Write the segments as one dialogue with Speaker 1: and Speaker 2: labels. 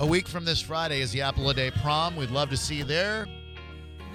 Speaker 1: A week from this Friday is the Apple a Day prom. We'd love to see you there.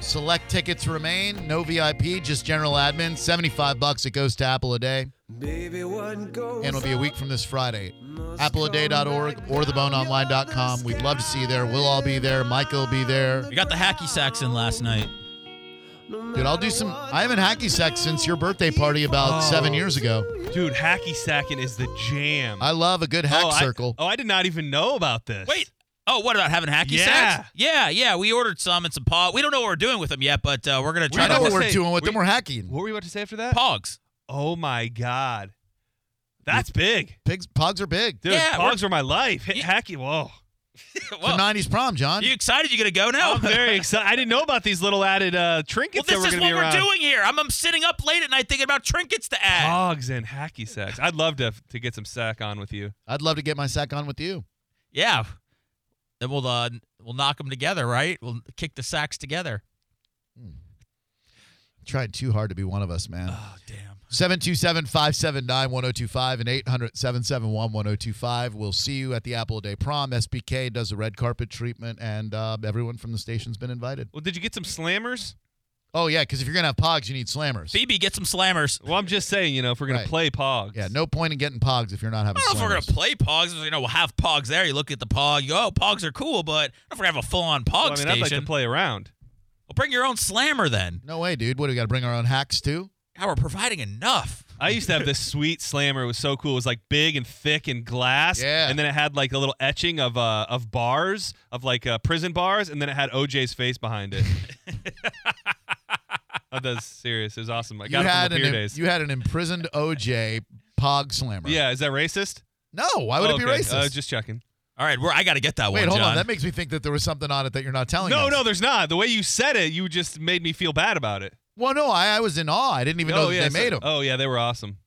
Speaker 1: Select tickets remain. No VIP, just general admin. 75 bucks. It goes to Apple a Day.
Speaker 2: Baby, what goes
Speaker 1: And it'll be a week from this Friday.
Speaker 2: Must
Speaker 1: Appleaday.org or theboneonline.com. We'd love to see you there. We'll all be there. Michael will be there.
Speaker 3: We got the hacky sacks in last night.
Speaker 1: Dude, I'll do some. I haven't hacky sack since your birthday party about
Speaker 4: Oh.
Speaker 1: seven years ago.
Speaker 4: Dude, hacky sacking is the jam.
Speaker 1: I love a good hack
Speaker 4: oh, I-
Speaker 1: circle.
Speaker 4: oh, I did not even know about this.
Speaker 3: Wait. Oh, what about having hacky
Speaker 4: Yeah.
Speaker 3: sacks? Yeah, yeah. We ordered some and some pog. We don't know what we're doing with them yet, but uh, we're gonna
Speaker 4: We
Speaker 1: I
Speaker 3: try
Speaker 1: know
Speaker 3: to
Speaker 4: don't-
Speaker 1: what
Speaker 4: to
Speaker 1: we're
Speaker 4: say,
Speaker 1: doing with
Speaker 4: we-
Speaker 1: them. We're hacking.
Speaker 4: What were you about to say after that?
Speaker 3: pogs.
Speaker 4: Oh my god, that's big.
Speaker 1: Pigs, pogs are big.
Speaker 4: Dude,
Speaker 3: Yeah,
Speaker 4: pogs were my life. Hit
Speaker 3: You-
Speaker 4: hacky. Whoa.
Speaker 1: The
Speaker 3: Well,
Speaker 1: 90s prom, John.
Speaker 3: you excited? You gonna go now?
Speaker 4: I'm very excited. I didn't know about these little added uh,
Speaker 3: well,
Speaker 4: trinkets
Speaker 3: this
Speaker 4: that
Speaker 3: is
Speaker 4: were going
Speaker 3: what
Speaker 4: to be
Speaker 3: we're
Speaker 4: around.
Speaker 3: doing here. I'm, I'm sitting up late at night thinking about trinkets to add.
Speaker 4: Pogs and hacky sacks. I'd love to to get some sack on with you.
Speaker 1: I'd love to get my sack on with you.
Speaker 3: Yeah. Then we'll uh, we'll knock them together, right? We'll kick the sacks together.
Speaker 1: Tried too hard to be one of us, man.
Speaker 3: Oh damn.
Speaker 1: 727 579 1025 and 800 771 1025. We'll see you at the Apple a Day prom. SBK does a red carpet treatment, and uh, everyone from the station's been invited.
Speaker 4: Well, did you get some slammers?
Speaker 1: Oh, yeah, because if you're going to have pogs, you need slammers.
Speaker 3: Phoebe, get some slammers.
Speaker 4: Well, I'm just saying, you know, if we're going
Speaker 1: Right.
Speaker 4: to play pogs.
Speaker 1: Yeah, no point in getting pogs if you're not
Speaker 3: I
Speaker 1: having
Speaker 3: don't know if we're
Speaker 1: slammers.
Speaker 3: gonna play pogs. You know, we'll have pogs there. You look at the pog, you go, oh, pogs are cool, but I don't know if we're gonna have a full-on pog
Speaker 4: Well, I mean, I'd like
Speaker 3: station.
Speaker 4: to play around.
Speaker 3: Well, bring your own slammer then.
Speaker 1: no way, dude. What, do we got to bring our own hacks too?
Speaker 3: Now we're providing enough.
Speaker 4: I used to have this sweet slammer. It was so cool. It was like big and thick and glass.
Speaker 1: Yeah.
Speaker 4: And then it had like a little etching of uh of bars of like uh, prison bars, and then it had OJ's face behind it. oh, that's serious. It was awesome. I got
Speaker 1: you,
Speaker 4: it
Speaker 1: had
Speaker 4: from the
Speaker 1: an,
Speaker 4: beer days.
Speaker 1: you had an imprisoned OJ pog slammer.
Speaker 4: yeah. Is that racist?
Speaker 1: No, why would
Speaker 4: Oh,
Speaker 1: it be
Speaker 4: okay.
Speaker 1: racist?
Speaker 4: Uh, just checking.
Speaker 3: All right, we're, I got to get that
Speaker 1: Wait,
Speaker 3: one.
Speaker 1: hold
Speaker 3: John.
Speaker 1: on. That makes me think that there was something on it that you're not telling
Speaker 4: No,
Speaker 1: us.
Speaker 4: no, there's not. The way you said it, you just made me feel bad about it.
Speaker 1: Well, no, I, I was in awe. I didn't even know
Speaker 4: oh,
Speaker 1: that
Speaker 4: yeah,
Speaker 1: they made them.
Speaker 4: so- Oh yeah, they were awesome.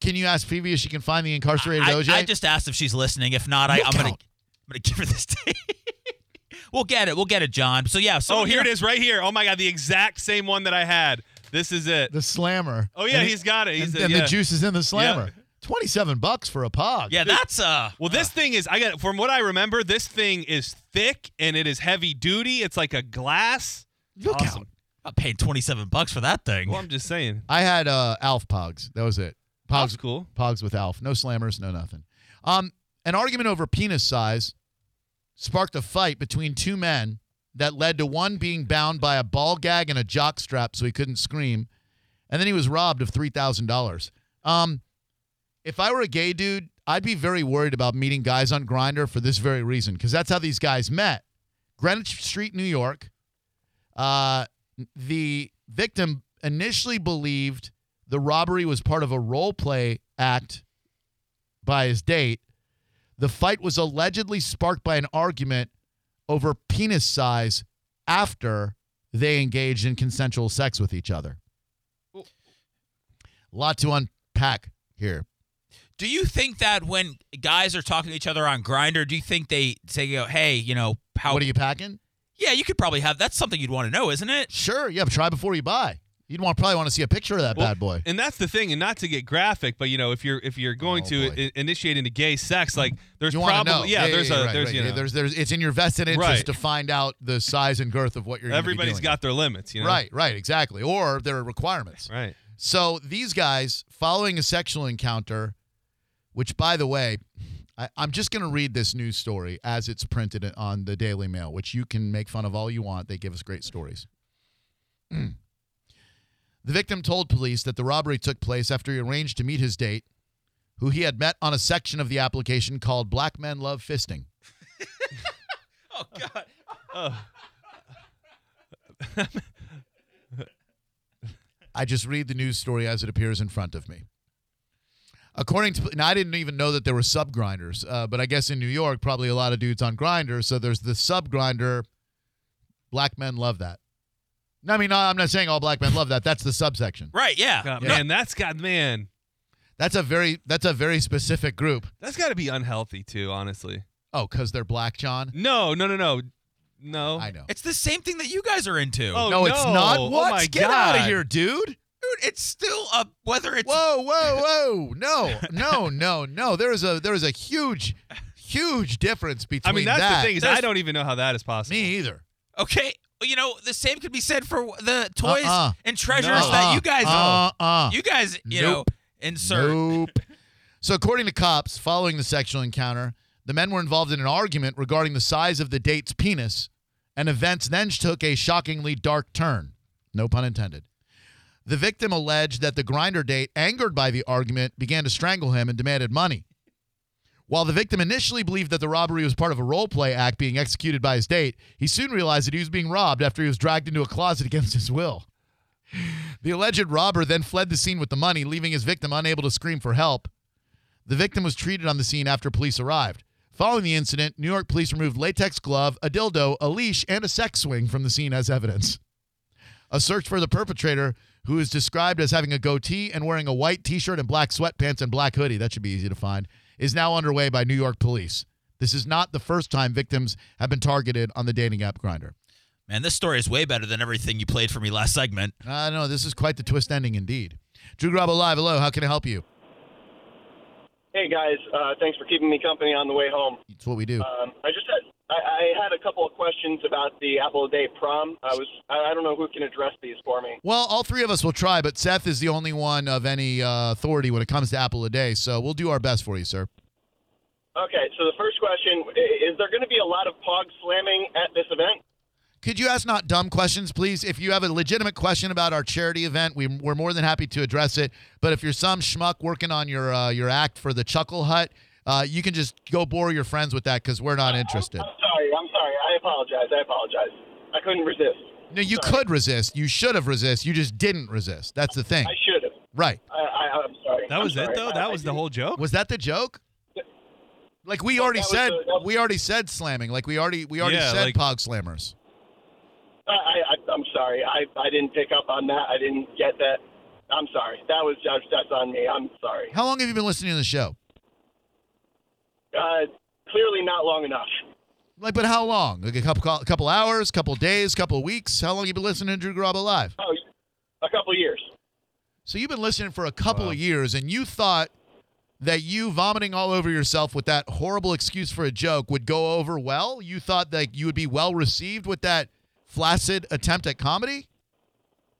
Speaker 1: Can you ask Phoebe if she can find the incarcerated
Speaker 3: I,
Speaker 1: OJ?
Speaker 3: I just asked if she's listening. If not, I,
Speaker 1: Look
Speaker 3: I'm gonna I'm
Speaker 1: out.
Speaker 3: gonna give her this. Day. we'll get it. We'll get it, John. So yeah. So
Speaker 4: oh, here it is, right here. Oh my god, the exact same one that I had. This is it.
Speaker 1: the slammer.
Speaker 4: Oh yeah,
Speaker 1: And
Speaker 4: he's got it. He's
Speaker 1: and,
Speaker 4: uh,
Speaker 1: and
Speaker 4: yeah.
Speaker 1: the juice is in the slammer. Twenty-seven bucks for a pog.
Speaker 3: Yeah, that's uh.
Speaker 4: Well, this
Speaker 1: Ah.
Speaker 4: thing is I got from what I remember, this thing is thick and it is heavy duty. It's like a glass.
Speaker 1: look
Speaker 4: Awesome.
Speaker 1: out.
Speaker 3: I paid 27 bucks for that thing.
Speaker 4: Well, I'm just saying.
Speaker 1: I had uh, Alf pogs. That was it.
Speaker 4: That's
Speaker 1: Pogs,
Speaker 4: cool.
Speaker 1: pogs with Alf. No slammers. No nothing. Um, an argument over penis size sparked a fight between two men that led to one being bound by a ball gag and a jock strap so he couldn't scream, and then he was robbed of three thousand dollars. Um, if I were a gay dude, I'd be very worried about meeting guys on Grinder for this very reason, because that's how these guys met. Greenwich Street, New York. Uh, the victim initially believed the robbery was part of a role play act by his date. The fight was allegedly sparked by an argument over penis size after they engaged in consensual sex with each other. A lot to unpack here.
Speaker 3: Do you think that when guys are talking to each other on Grinder, do you think they say, you know, "Hey, you know, how?"
Speaker 1: What are you packing?
Speaker 3: yeah, you could probably have. That's something you'd want to know, isn't it?
Speaker 1: Sure, yeah, but try before you buy. You'd want probably want to see a picture of that
Speaker 4: Well,
Speaker 1: bad boy.
Speaker 4: And that's the thing, and not to get graphic, but you know, if you're if you're going
Speaker 1: Oh,
Speaker 4: to
Speaker 1: boy.
Speaker 4: I- initiate into gay sex, like there's
Speaker 1: You want to know?
Speaker 4: probably yeah, there's a
Speaker 1: right,
Speaker 4: there's
Speaker 1: right.
Speaker 4: you
Speaker 1: Yeah,
Speaker 4: know
Speaker 1: there's there's it's in your vested interest
Speaker 4: Right.
Speaker 1: to find out the size and girth of what you're. gonna be
Speaker 4: everybody's
Speaker 1: dealing
Speaker 4: got their limits, you
Speaker 1: with.
Speaker 4: know.
Speaker 1: right, right, exactly. Or there are requirements.
Speaker 4: Right.
Speaker 1: So these guys, following a sexual encounter, which by the way, I, I'm just going to read this news story as it's printed on the Daily Mail, which you can make fun of all you want. They give us great stories. Hmm. the victim told police that the robbery took place after he arranged to meet his date, who he had met on a section of the application called Black Men Love Fisting.
Speaker 3: Oh God.
Speaker 1: I just read the news story as it appears in front of me. According to, and I didn't even know that there were sub grinders, uh, but I guess in New York, probably a lot of dudes on grinders. So there's the sub grinder. Black men love that. No, I mean, no, I'm not saying all black men love that. That's the subsection.
Speaker 3: Right. Yeah.
Speaker 4: God,
Speaker 1: Yeah.
Speaker 4: Man, that's got man,
Speaker 1: That's a very that's a very specific group.
Speaker 4: that's got to be unhealthy too, honestly.
Speaker 1: Oh, because they're black, John.
Speaker 4: No, no, no, no, no.
Speaker 1: I know.
Speaker 3: It's the same thing that you guys are into.
Speaker 4: Oh,
Speaker 1: no, it's
Speaker 4: no.
Speaker 1: not.
Speaker 4: Oh,
Speaker 1: What?
Speaker 4: my
Speaker 1: Get out of
Speaker 4: God.
Speaker 1: here, dude.
Speaker 3: dude, it's still a whether it's
Speaker 1: Whoa, whoa, whoa! No, no, no, no. There is a there is a huge, huge difference between
Speaker 4: I mean, that's
Speaker 1: that.
Speaker 4: the thing is,
Speaker 3: There's-
Speaker 4: I don't even know how that is possible.
Speaker 1: Me either.
Speaker 3: Okay, well, you know the same could be said for the toys
Speaker 1: Uh-uh.
Speaker 3: and treasures
Speaker 4: No.
Speaker 3: that you guys,
Speaker 1: uh, uh,
Speaker 3: you guys, you
Speaker 1: Nope.
Speaker 3: know, insert.
Speaker 1: Nope. so, according to cops, following the sexual encounter, the men were involved in an argument regarding the size of the date's penis, and events then took a shockingly dark turn. No pun intended. The victim alleged that the grinder date, angered by the argument, began to strangle him and demanded money. While the victim initially believed that the robbery was part of a role play act being executed by his date, he soon realized that he was being robbed after he was dragged into a closet against his will. The alleged robber then fled the scene with the money, leaving his victim unable to scream for help. The victim was treated on the scene after police arrived. Following the incident, New York police removed latex glove, a dildo, a leash, and a sex swing from the scene as evidence. A search for the perpetrator, who is described as having a goatee and wearing a white t shirt and black sweatpants and black hoodie, that should be easy to find, is now underway by New York police. This is not the first time victims have been targeted on the dating app grinder.
Speaker 3: Man, this story is way better than everything you played for me last segment.
Speaker 1: I know this is quite the twist ending indeed. Drew Grabo Live, hello, how can I help you?
Speaker 5: Hey guys, uh, thanks for keeping me company on the way home.
Speaker 1: It's what we do.
Speaker 5: Um, I just had I, I had a couple of questions about the Apple a Day prom. I was I, I don't know who can address these for me.
Speaker 1: Well, all three of us will try, but Seth is the only one of any uh, authority when it comes to Apple a Day, so we'll do our best for you, sir.
Speaker 5: Okay, so the first question i- is: There going to be a lot of pog slamming at this event?
Speaker 1: Could you ask not dumb questions, please? If you have a legitimate question about our charity event, we, we're more than happy to address it. But if you're some schmuck working on your uh, your act for the Chuckle Hut, uh, you can just go bore your friends with that because we're not interested.
Speaker 5: I'm sorry. I'm sorry. I apologize. I apologize. I couldn't resist.
Speaker 1: No, you could resist. You should have resist. You just didn't resist. That's the thing,
Speaker 5: I should have.
Speaker 1: right?
Speaker 5: I, I, I'm sorry.
Speaker 4: That
Speaker 5: I'm
Speaker 4: was it
Speaker 5: sorry.
Speaker 4: though.
Speaker 5: I-
Speaker 4: That
Speaker 5: I
Speaker 4: was the
Speaker 5: didn't-
Speaker 4: whole joke.
Speaker 1: Was that the joke? Like we already
Speaker 5: that was
Speaker 1: said,
Speaker 5: the- that was-
Speaker 1: we already said slamming. Like we already we already
Speaker 4: Yeah,
Speaker 1: said
Speaker 4: like-
Speaker 1: pog slammers.
Speaker 5: I, I, I- I'm sorry. I, I didn't pick up on that. I didn't get that. I'm sorry. That was just that's on me. I'm sorry.
Speaker 1: How long have you been listening to the show?
Speaker 5: Uh, clearly not long enough.
Speaker 1: Like, but how long? Like a couple, couple hours, couple days, couple weeks. How long you been listening to Drew Garabo live?
Speaker 5: Oh, a couple years.
Speaker 1: So you've been listening for a couple of years, and you thought that you vomiting all over yourself with that horrible excuse for a joke would go over well. You thought that you would be well received with that flaccid attempt at comedy.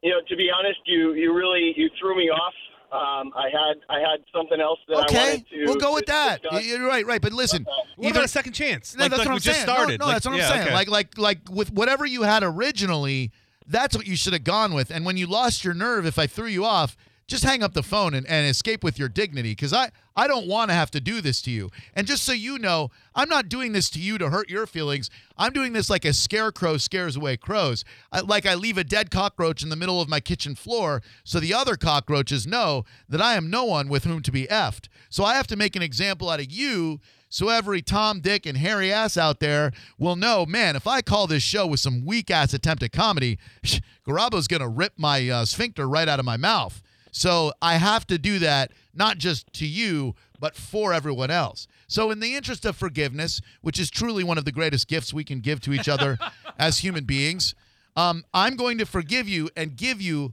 Speaker 5: You know, to be honest, you you really you threw me off. Um, I had I had something else that I
Speaker 1: okay,
Speaker 5: wanted to.
Speaker 1: we'll go with
Speaker 5: to
Speaker 1: that.
Speaker 5: discuss.
Speaker 1: You're right, right. But listen,
Speaker 5: Uh,
Speaker 4: What
Speaker 1: either-
Speaker 4: about a second chance?
Speaker 1: No,
Speaker 4: like,
Speaker 1: that's
Speaker 4: like
Speaker 1: what
Speaker 4: we
Speaker 1: I'm
Speaker 4: just
Speaker 1: saying.
Speaker 4: started.
Speaker 1: No, no
Speaker 4: Like,
Speaker 1: that's what I'm
Speaker 4: yeah,
Speaker 1: saying.
Speaker 4: okay.
Speaker 1: Like, like, like with whatever you had originally, that's what you should have gone with. And when you lost your nerve, if I threw you off, just hang up the phone and, and escape with your dignity because I, I don't want to have to do this to you. And just so you know, I'm not doing this to you to hurt your feelings. I'm doing this like a scarecrow scares away crows. I, like I leave a dead cockroach in the middle of my kitchen floor so the other cockroaches know that I am no one with whom to be effed. So I have to make an example out of you so every Tom, Dick, and Harry ass out there will know, man, if I call this show with some weak ass attempt at comedy, Garabo's going to rip my uh, sphincter right out of my mouth. So I have to do that, not just to you, but for everyone else. So, in the interest of forgiveness, which is truly one of the greatest gifts we can give to each other as human beings, um, I'm going to forgive you and give you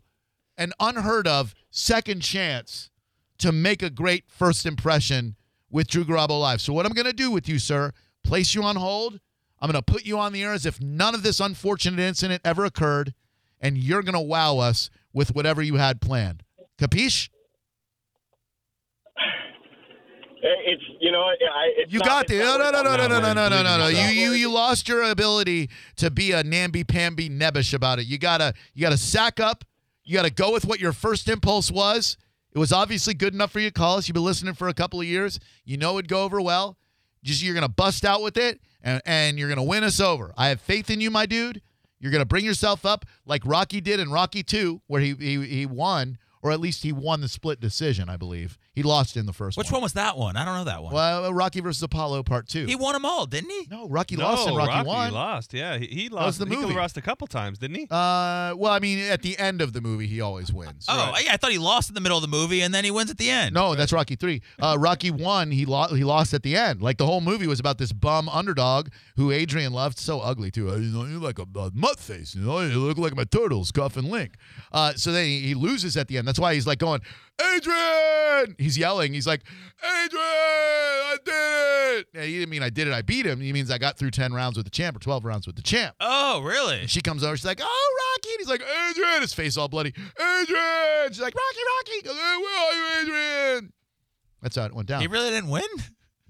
Speaker 1: an unheard of second chance to make a great first impression with Drew Garabo Live. So what I'm going to do with you, sir, place you on hold. I'm going to put you on the air as if none of this unfortunate incident ever occurred, and you're going to wow us with whatever you had planned. Capiche?
Speaker 5: It's you know I. It's
Speaker 1: You
Speaker 5: not-
Speaker 1: got
Speaker 5: it's
Speaker 1: the
Speaker 5: not
Speaker 1: no no
Speaker 5: worth
Speaker 1: no
Speaker 5: it.
Speaker 1: no no no no no no no no. You
Speaker 5: yourself.
Speaker 1: you you lost your ability to be a namby pamby nebbish about it. You gotta you gotta sack up. You gotta go with what your first impulse was. It was obviously good enough for you to call us. You've been listening for a couple of years. You know it'd go over well. Just you're gonna bust out with it and, and you're gonna win us over. I have faith in you, my dude. You're gonna bring yourself up like Rocky did in Rocky Two, where he he, he won, or at least he won the split decision, I believe. He lost in the first
Speaker 3: Which one was that one? I don't know that one.
Speaker 1: well, uh, Rocky versus Apollo Part Two.
Speaker 3: He won them all, didn't he?
Speaker 1: no, Rocky
Speaker 4: no,
Speaker 1: lost and Rocky,
Speaker 4: Rocky
Speaker 1: won.
Speaker 4: lost. Yeah, he, he lost.
Speaker 1: the
Speaker 4: he
Speaker 1: movie.
Speaker 4: lost a couple times, didn't he?
Speaker 1: Uh, well, I mean, at the end of the movie, he always wins.
Speaker 3: Oh, yeah, I thought he lost in the middle of the movie and then he wins at the end.
Speaker 1: No, that's Rocky Three. Uh, Rocky One, he lost. He lost at the end. Like the whole movie was about this bum underdog who Adrian loved so ugly too. Uh, You know, you're like a, a mutt face. You know, you look like my turtles, Cuff and Link. Uh, so then he, he loses at the end. That's why he's like going, Adrian. He's yelling. He's like, Adrian, I did it. Yeah, he didn't mean I did it. I beat him. He means I got through ten rounds with the champ or twelve rounds with the champ.
Speaker 3: Oh, really?
Speaker 1: And she comes over. She's like, "Oh, Rocky!" And he's like, "Adrian." His face all bloody. Adrian. She's like, "Rocky, Rocky." He goes, "Hey, where are you, Adrian?" That's how it went down.
Speaker 3: He really didn't win?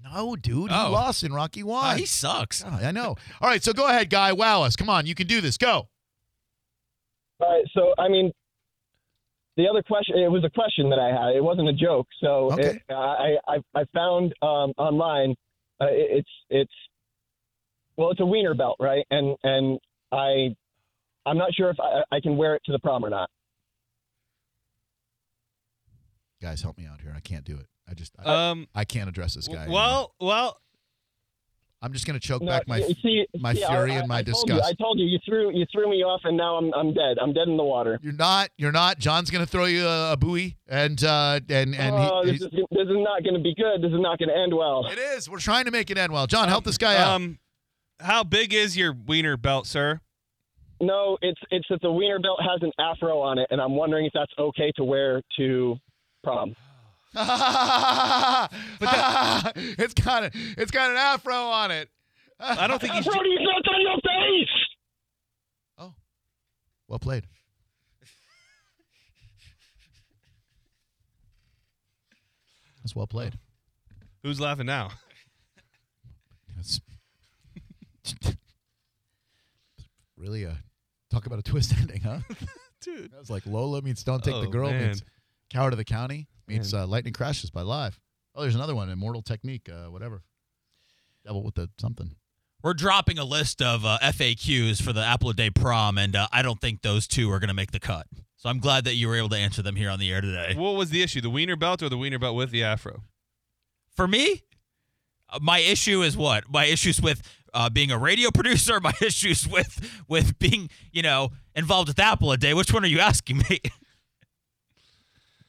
Speaker 1: no, dude, he
Speaker 3: Oh.
Speaker 1: lost in Rocky
Speaker 3: Oh,
Speaker 1: One.
Speaker 3: he sucks.
Speaker 1: God, I know. All right, so go ahead, guy. Wow us. Come on, you can do this.
Speaker 6: All
Speaker 1: Go.
Speaker 6: right, so I mean, the other question it was a question that I had. It wasn't a joke. So
Speaker 1: Okay.
Speaker 6: it, uh, I, I I found um, online uh, it, it's it's well it's a wiener belt, right? And and I I'm not sure if I, I can wear it to the prom or not.
Speaker 1: Guys, help me out here. I can't do it. I just I,
Speaker 4: Um.
Speaker 1: I can't address Uh, this guy. anymore.
Speaker 4: Well, well,
Speaker 1: I'm just gonna choke
Speaker 6: No,
Speaker 1: back my.
Speaker 6: you see,
Speaker 1: my
Speaker 6: see, I-
Speaker 1: fury
Speaker 6: I-
Speaker 1: and my
Speaker 6: I told
Speaker 1: disgust.
Speaker 6: You, I told you you threw you threw me off, and now I'm I'm dead. I'm dead in the water.
Speaker 1: You're not. You're not. John's gonna throw you a, a buoy, and uh, and and he-
Speaker 6: oh, this
Speaker 1: he's-
Speaker 6: is this is not going to be good. This is not going to end well.
Speaker 1: it is. We're trying to make it end well. John, help this
Speaker 3: Uh,
Speaker 1: guy out.
Speaker 4: um, how big is your wiener belt, sir?
Speaker 6: No, it's it's that the wiener belt has an afro on it, and I'm wondering if that's okay to wear to prom.
Speaker 1: it's got a, It's got an afro on it.
Speaker 4: I don't think he's.
Speaker 6: Afro is not on your face.
Speaker 1: Oh, Well played. That's well played.
Speaker 4: Who's laughing now?
Speaker 1: That's really a talk about a twist ending, huh?
Speaker 4: Dude.
Speaker 1: That was like Lola means don't take the
Speaker 4: Oh,
Speaker 1: girl
Speaker 4: man.
Speaker 1: means Coward of the County means uh, Lightning Crashes by Live. Oh, there's another one, Immortal Technique, uh, whatever. Devil with the something.
Speaker 3: We're dropping a list of uh, FAQs for the Apple Day prom, and uh, I don't think those two are going to make the cut. So I'm glad that you were able to answer them here on the air today.
Speaker 4: What was the issue? The wiener belt or the wiener belt with the afro?
Speaker 3: For me, uh, my issue is what? My issues with uh, being a radio producer, my issues with with being, you know, involved with Apple a day. Which one are you asking me?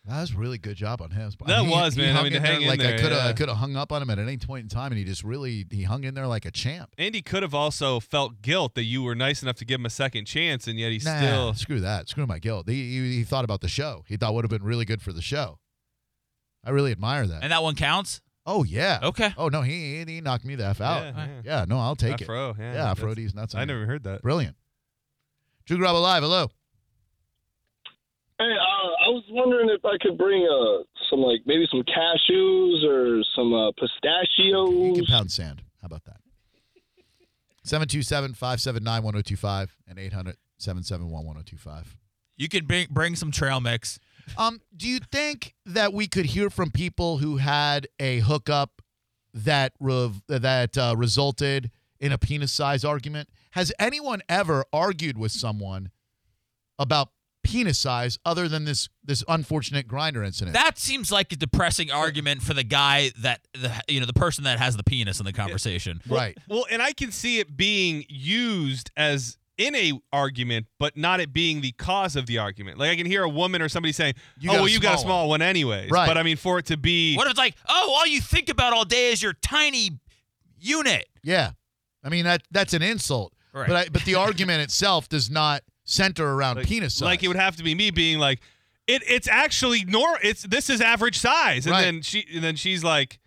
Speaker 1: That was a really good job on him.
Speaker 4: That was, man. I
Speaker 1: hung
Speaker 4: mean, to
Speaker 1: in there
Speaker 4: hang in
Speaker 1: like I
Speaker 4: there,
Speaker 1: could have, I
Speaker 4: yeah.
Speaker 1: could have hung up on him at any point in time, and he just really he hung in there like a champ.
Speaker 4: Andy could have also felt guilt that you were nice enough to give him a second chance, and yet he
Speaker 1: Nah,
Speaker 4: still.
Speaker 1: screw that. Screw my guilt. He, he, he thought about the show. He thought would have been really good for the show. I really admire that.
Speaker 3: and that one counts?
Speaker 1: oh yeah.
Speaker 3: Okay.
Speaker 1: Oh no, he he- he knocked me the f out.
Speaker 4: Yeah,
Speaker 1: Yeah,
Speaker 4: yeah.
Speaker 1: no, I'll take it.
Speaker 4: afro, yeah.
Speaker 1: Yeah,
Speaker 4: that's-
Speaker 1: Aphrodite's nuts.
Speaker 4: I
Speaker 1: on it.
Speaker 4: never heard that.
Speaker 1: Brilliant. Drew Grab live. Hello.
Speaker 7: Hey, uh, I was wondering if I could bring uh, some, like, maybe some cashews or some uh,
Speaker 1: You can
Speaker 7: pistachios.
Speaker 1: pound sand. How about that? 727 579 1025 and 800 771 1025.
Speaker 3: You can bring, bring some trail mix.
Speaker 1: Um, do you think that we could hear from people who had a hookup that rev- that uh, resulted in a penis size argument? Has anyone ever argued with someone about penis size other than this this unfortunate grinder incident?
Speaker 3: That seems like a depressing argument for the guy that the you know the person that has the penis in the conversation.
Speaker 1: right.
Speaker 4: Well, and I can see it being used as in a argument, but not it being the cause of the argument. Like I can hear a woman or somebody saying,
Speaker 1: You
Speaker 4: "Oh,
Speaker 1: got a
Speaker 4: well, you got a
Speaker 1: small
Speaker 4: small one, anyways."
Speaker 1: Right.
Speaker 4: But I mean, for it to be
Speaker 3: What if it's like, oh, all you think about all day is your tiny unit?
Speaker 1: Yeah. I mean that that's an insult.
Speaker 3: Right.
Speaker 1: But I, but the argument itself does not center around
Speaker 4: like,
Speaker 1: penis size.
Speaker 4: like it would have to be me being like, "It, it's actually nor, it's this is average size," and
Speaker 1: Right.
Speaker 4: then she, and then she's like,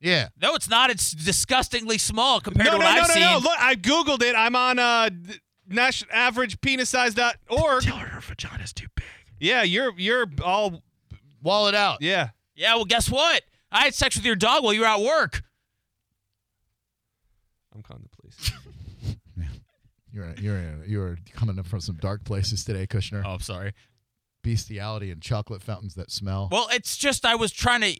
Speaker 1: yeah.
Speaker 3: No, it's not. It's disgustingly small compared
Speaker 4: "No,
Speaker 3: to
Speaker 4: no,
Speaker 3: what
Speaker 4: no,
Speaker 3: I've
Speaker 4: no,
Speaker 3: seen.
Speaker 4: no! Look, I googled it. I'm on uh, national average penis size dot org.
Speaker 3: her her vagina's too big.
Speaker 4: Yeah, you're you're all
Speaker 1: Wall it out.
Speaker 4: yeah.
Speaker 3: Yeah, well, guess what? I had sex with your dog while you were at work.
Speaker 4: I'm calling the police.
Speaker 1: You're you're you're coming up from some dark places today, Kushner.
Speaker 3: Oh, I'm sorry.
Speaker 1: Bestiality and chocolate fountains that smell.
Speaker 3: Well, it's just I was trying to.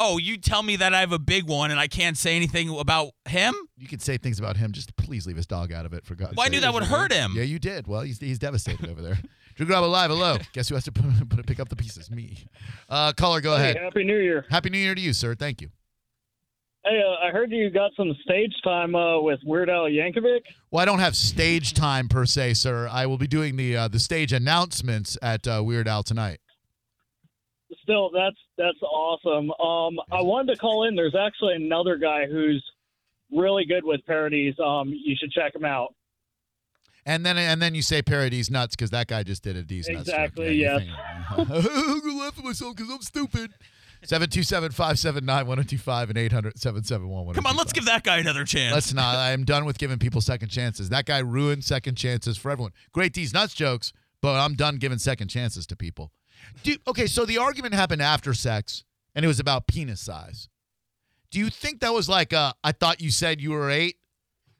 Speaker 3: Oh, you tell me that I have a big one and I can't say anything about him?
Speaker 1: you could say things about him. Just please leave his dog out of it, for God's
Speaker 3: Well, I
Speaker 1: sake.
Speaker 3: knew that would hurt him.
Speaker 1: Yeah, you did. Well, he's, he's devastated over there. Drew Grabo live. Hello. Guess who has to put, put, pick up the pieces? Me. Uh, caller, go ahead.
Speaker 8: Happy New Year.
Speaker 1: Happy New Year to you, sir. Thank you.
Speaker 8: Hey, uh, I heard you got some stage time uh, with Weird Al Yankovic.
Speaker 1: Well, I don't have stage time per se, sir. I will be doing the uh, the stage announcements at uh, Weird Al tonight.
Speaker 8: Still, that's that's awesome. Um, I wanted to call in. There's actually another guy who's really good with parodies. Um, you should check him out.
Speaker 1: and then and then you say Paradis nuts because that guy just did a D's nuts. joke.
Speaker 8: Exactly,
Speaker 1: Yeah, you're thinking, I'm gonna laugh at myself because I'm stupid. 727-579-1025 and 800 771
Speaker 3: Come on, let's give that guy another chance.
Speaker 1: Let's not. I am done with giving people second chances. That guy ruined second chances for everyone. Great D's nuts jokes, but I'm done giving second chances to people. Dude, okay, so the argument happened after sex, and it was about penis size. Do you think that was like, uh, I thought you said you were eight?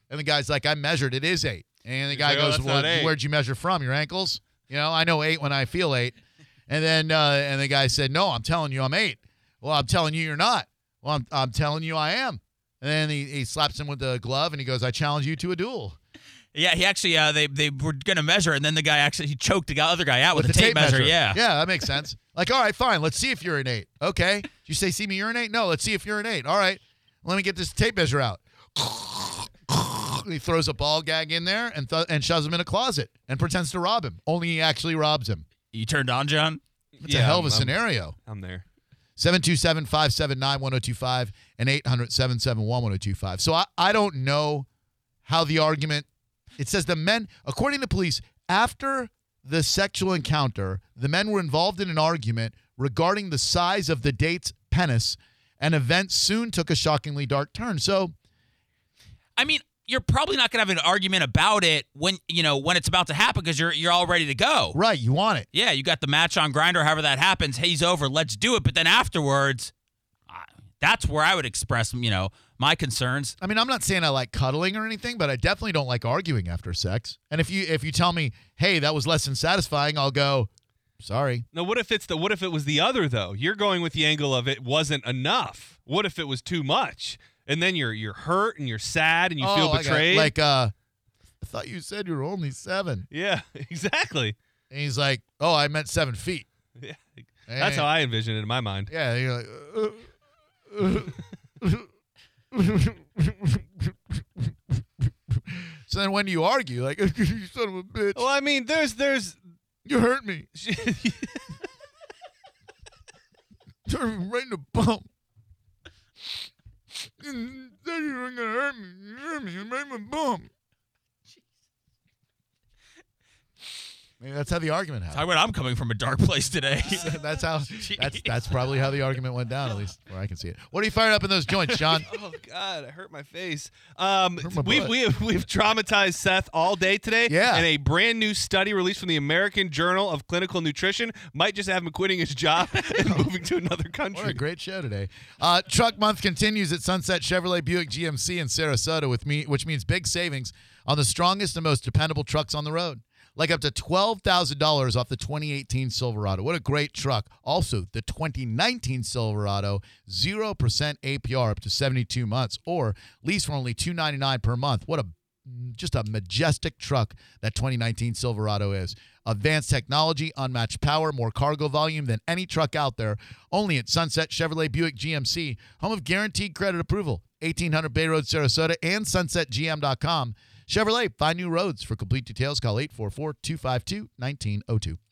Speaker 1: And the guy's like, I measured. It is eight. And the
Speaker 4: He's
Speaker 1: guy
Speaker 4: like, "Oh,
Speaker 1: goes,
Speaker 4: that's
Speaker 1: well,
Speaker 4: not eight."
Speaker 1: Where'd you measure from? Your ankles? You know, I know eight when I feel eight. And then uh, and the guy said, No, I'm telling you, I'm eight. Well, I'm telling you, you're not. Well, I'm, I'm telling you, I am. And then he, he slaps him with the glove and he goes, I challenge you to a duel.
Speaker 3: Yeah, he actually uh, they they were gonna measure, and then the guy actually he choked the guy, other guy out Oh, with, a tape, measure. Yeah.
Speaker 1: Yeah, that makes sense. like, all right, fine. Let's see if you're an eight. Okay. Did you say see me urinate? No, let's see if you're an eight. All right. Let me get this tape measure out. And he throws a ball gag in there and th- and shoves him in a closet and pretends to rob him. Only he actually robs him.
Speaker 3: you turned on John.
Speaker 1: It's a hell of a
Speaker 4: I'm-
Speaker 1: scenario.
Speaker 4: I'm there.
Speaker 1: 727 579 1025 and 800 771 1025. So I, I don't know how the argument. It says the men, according to police, after the sexual encounter, the men were involved in an argument regarding the size of the date's penis. An event soon took a shockingly dark turn. So
Speaker 3: I mean, you're probably not gonna have an argument about it when you know when it's about to happen because you're you're all ready to go.
Speaker 1: right, you want it.
Speaker 3: Yeah, you got the match on Grinder. However that happens, he's over. Let's do it. But then afterwards, I- that's where I would express you know my concerns.
Speaker 1: I mean, I'm not saying I like cuddling or anything, but I definitely don't like arguing after sex. And if you if you tell me, hey, that was less than satisfying, I'll go, sorry.
Speaker 4: No, what if it's the what if it was the other though? You're going with the angle of it wasn't enough. What if it was too much? And then you're you're hurt and you're sad and you
Speaker 1: Oh, I
Speaker 4: feel
Speaker 1: got it.
Speaker 4: betrayed.
Speaker 1: Like, uh, I thought you said you were only seven.
Speaker 4: yeah, exactly.
Speaker 1: And he's like, oh, I meant seven feet.
Speaker 4: Yeah.
Speaker 1: Eh.
Speaker 4: That's how I envision it in my mind.
Speaker 1: Yeah, you're like, uh, so then when do you argue? Like, you son of a bitch,
Speaker 4: Well, I mean, there's there's
Speaker 1: you hurt me. Turned me right in the bump. You said you weren't gonna hurt me. You hurt me. You made my bump. Maybe that's how the argument happened.
Speaker 3: I mean, I'm coming from a dark place today.
Speaker 1: that's how. That's that's probably how the argument went down, at least where I can see it. What are you firing up in those joints, Sean?
Speaker 4: Oh God, I hurt my face. Um,
Speaker 1: Hurt my
Speaker 4: we've
Speaker 1: butt.
Speaker 4: we've we've traumatized Seth all day today.
Speaker 1: Yeah.
Speaker 4: And a brand new study released from the American Journal of Clinical Nutrition might just have him quitting his job and moving to another
Speaker 1: What a
Speaker 4: country.
Speaker 1: great show today! Uh, Truck Month continues at Sunset Chevrolet Buick GMC in Sarasota, with me, which means big savings on the strongest and most dependable trucks on the road, like up to twelve thousand dollars off the 2018 Silverado. What a great truck! Also, the 2019 Silverado zero percent APR up to 72 months, or lease for only 299 per month. What a just a majestic truck that 2019 Silverado is. Advanced technology, unmatched power, more cargo volume than any truck out there. Only at Sunset Chevrolet Buick GMC, home of guaranteed credit approval. 1800 Bay Road, Sarasota, and sunsetgm.com. Chevrolet, find new roads. For complete details, call 844 252 1902.